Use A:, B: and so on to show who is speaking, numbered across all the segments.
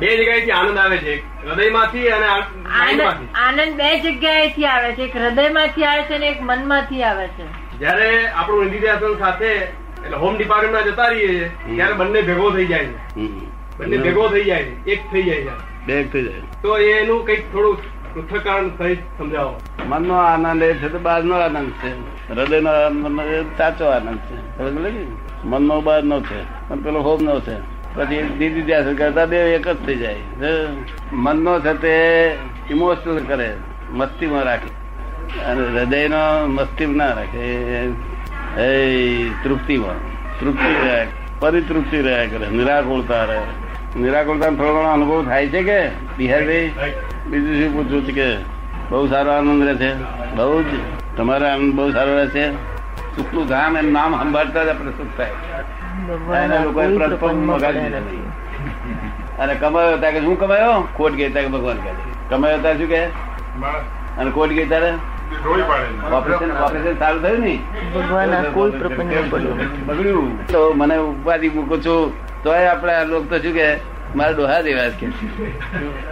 A: બે જગ્યાએથી આનંદ આવે છે હૃદયમાંથી અને આ-
B: આનંદ
A: માઇન્ડમાંથી
B: આનંદ બે જગ્યાએથી આવે છે એક હૃદયમાંથી આવે છે અને એક મનમાંથી આવે છે
A: જયારે આપણું નિધિધ્યાસન સાથે એટલે હોમ ડિપાર્ટમેન્ટમાં જતા રહીએ છીએ, ત્યારે બંને ભેગો થઈ જાય છે
C: હમ.
A: બંને ભેગો થઈ જાય છે એક થઈ જાય છે
C: બે થઈ જાય
A: તો એનું કંઈક થોડું પૃથ્થકરણ સહિત સમજાવો
C: મનનો આનંદ એ છે તો બહારનો આનંદ છે હૃદયનો આનંદ એ સાચો આનંદ છે ખબર પડી ને? મનનો બહારનો છે અને પેલો હોમનો છે પછી દીદી ધ્યાસ કરતા બે એક જ થઈ જાય હે? મનનો છે તે ઇમોશનલ કરે મસ્તીમાં રાખે અને હૃદયનો મસ્તીમાં ના રાખે એ- એ તૃપ્તિમાં તૃપ્તિ રહે પરિતૃપ્તિ રહ્યા કરે નિરાકુળતા રહે નિરાકુળતા થોડો ઘણો અનુભવ થાય છે કે બિહારભાઈ બીજું શું પૂછવું છે કે બહુ સારો આનંદ રહે છે બહુ જ તમારો આનંદ બહુ સારો રહે છે સુખનું ધામ એમ નામ સંભાળતા જ આપણે સુખ થાય એના લોકોએ પ્રથમ મગાડી દીધા. અને કમાયો હતા કે શું કમાયો ખોટ ગઈ હતા કે ભગવાન કહે કમાયો હતા શું કે અને ખોટ ગઈ તારે ઓપરેશન ઓપરેશન સારું થયું ને બગડ્યું તો મને ઉપાધિ મૂકો છો તોય આપણે આ લોકો તો શું કે મારા ડોહા દેવા જ કે છે.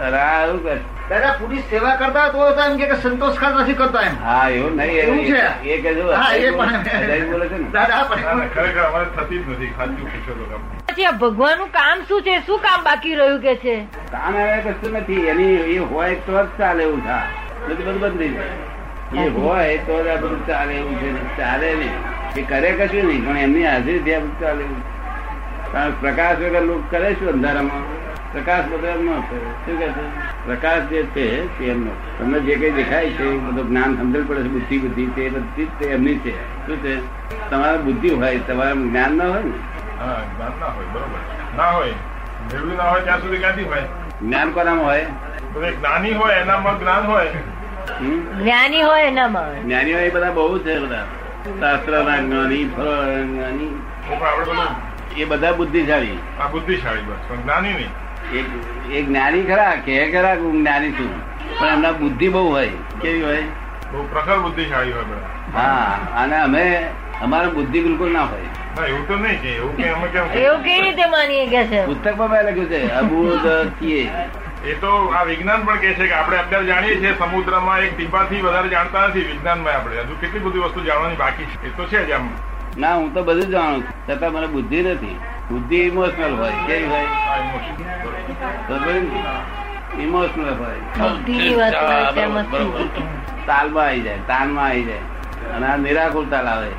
C: અરે આ આવું કે
D: દાદા પૂરી સેવા કરતા તો હતા એમ કે કે સંતોષકાર નથી કરતા એમ
C: હા એવું
D: એવું
C: નહીં
D: છે?
C: એ- એ કહેજો
D: હા એ પણ
C: અજાઈ બોલે છે ને
D: દાદા પણ
E: ખરેખર અમારે થતી જ નથી સાચું પૂછો તો તમે.
B: પછી આ ભગવાનનું કામ શું છે શું કામ બાકી રહ્યું કે છે
C: કાન આવે કશું નથી એની એ હોય તો જ ચાલે એવું થા બધું બધું બંધ થઈ જાય એ હોય તો જ આ બધું ચાલે એવું છે ચાલે નહીં એ કરે કશું નહીં પણ એમની હાજરી ત્યાં બધું ચાલે એવું કારણ કે પ્રકાશ વગર લોકો કરે શું અંધારામાં પ્રકાશ બધો એમનો છે શું કહે છે પ્રકાશ જે છે તે એમનો છે. તમને જે કઈ દેખાય છે એ બધું જ્ઞાન સમજણ પડે છે બુદ્ધિ બુદ્ધિ તે બધી જ તે એમની છે શું છે તમારા બુદ્ધિ હોય તમારા જ્ઞાન ના હોય ને
E: હા જ્ઞાન ના હોય બરોબર ના હોય મેળવ્યું ના હોય ત્યાં સુધી ક્યાંથી હોય
C: જ્ઞાન કોનામાં હોય
E: તો જે જ્ઞાની હોય એનામાં જ્ઞાન હોય
C: હમ
B: જ્ઞાની હોય એનામાં આવે
C: જ્ઞાનીઓ એ બધા બહુ છે બધા શાસ્ત્રના જ્ઞાની ફળના જ્ઞાની
E: એ પણ આપણે બધું
C: એ બધા બુદ્ધિશાળી
E: આ બુદ્ધિશાળી બસ પણ જ્ઞાની નહીં
C: એક એ જ્ઞાની ખરા કે ખરા કે હું જ્ઞાની છું પણ એમના બુદ્ધિ બહુ હોય કેવી હોય
E: બહુ પ્રખર બુદ્ધિશાળી હોય બધા
C: હા અને અમે અમારા બુદ્ધિ બિલકુલ ના હોય
E: ના એવું તો નહીં કે એવું કે અમે કેમ
B: એવું
E: કહીએ?
B: કેવી રીતે માનીએ કે છે
C: પુસ્તકમાં મેં લખ્યું છે અબુધ છીએ
E: એ તો આ વિજ્ઞાન પણ કહે છે કે આપણે અત્યારે જાણીએ છીએ સમુદ્રમાં એક ટીપાથી વધારે જાણતા નથી વિજ્ઞાનમાં આપણે હજુ કેટલી બધી વસ્તુ જાણવાની બાકી છે એ તો છે જ આમ
C: ના હું તો બધું જાણું છું છતાં મને બુદ્ધિ નથી બુદ્ધિ ઇમોશનલ હોય કેવી હોય
E: આ emotion. બરોબર.
C: ઇમોશનલ હોય
B: બુદ્ધિની વાત હોય છે, એમાં શું બુદ્ધિ?
C: તાલમાં આવી જાય તાનમાં આવી જાય અને આ નિરાકુર તાલ આવે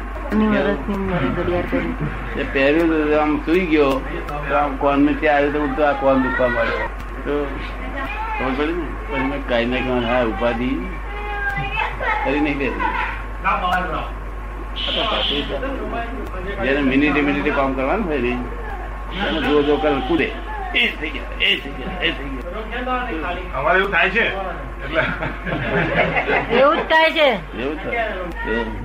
B: ની વરસની મારી ઘડિયાળ કરી છે.
C: એ પહેર્યું તો આમ સુઈ ગયો તો આમ કોણ નીચે આવ્યું તો ઉઠતો આ કોણ દુખવા માંડ્યો તો ખબર પડી ને પછી મેં કઈ ને કઈ હા ઉપાધિ કરી નહીં કરી આ તો પાછું છે. જેને મિનિટે મિનિટે કામ કરવાનું હોય ને એને જો જો કર કૂદે એ થઈ ગયા એ થઈ ગયા એ થઈ ગયા
E: અમારે એવું થાય છે એટલે
B: એવું જ થાય છે
C: એવું થાય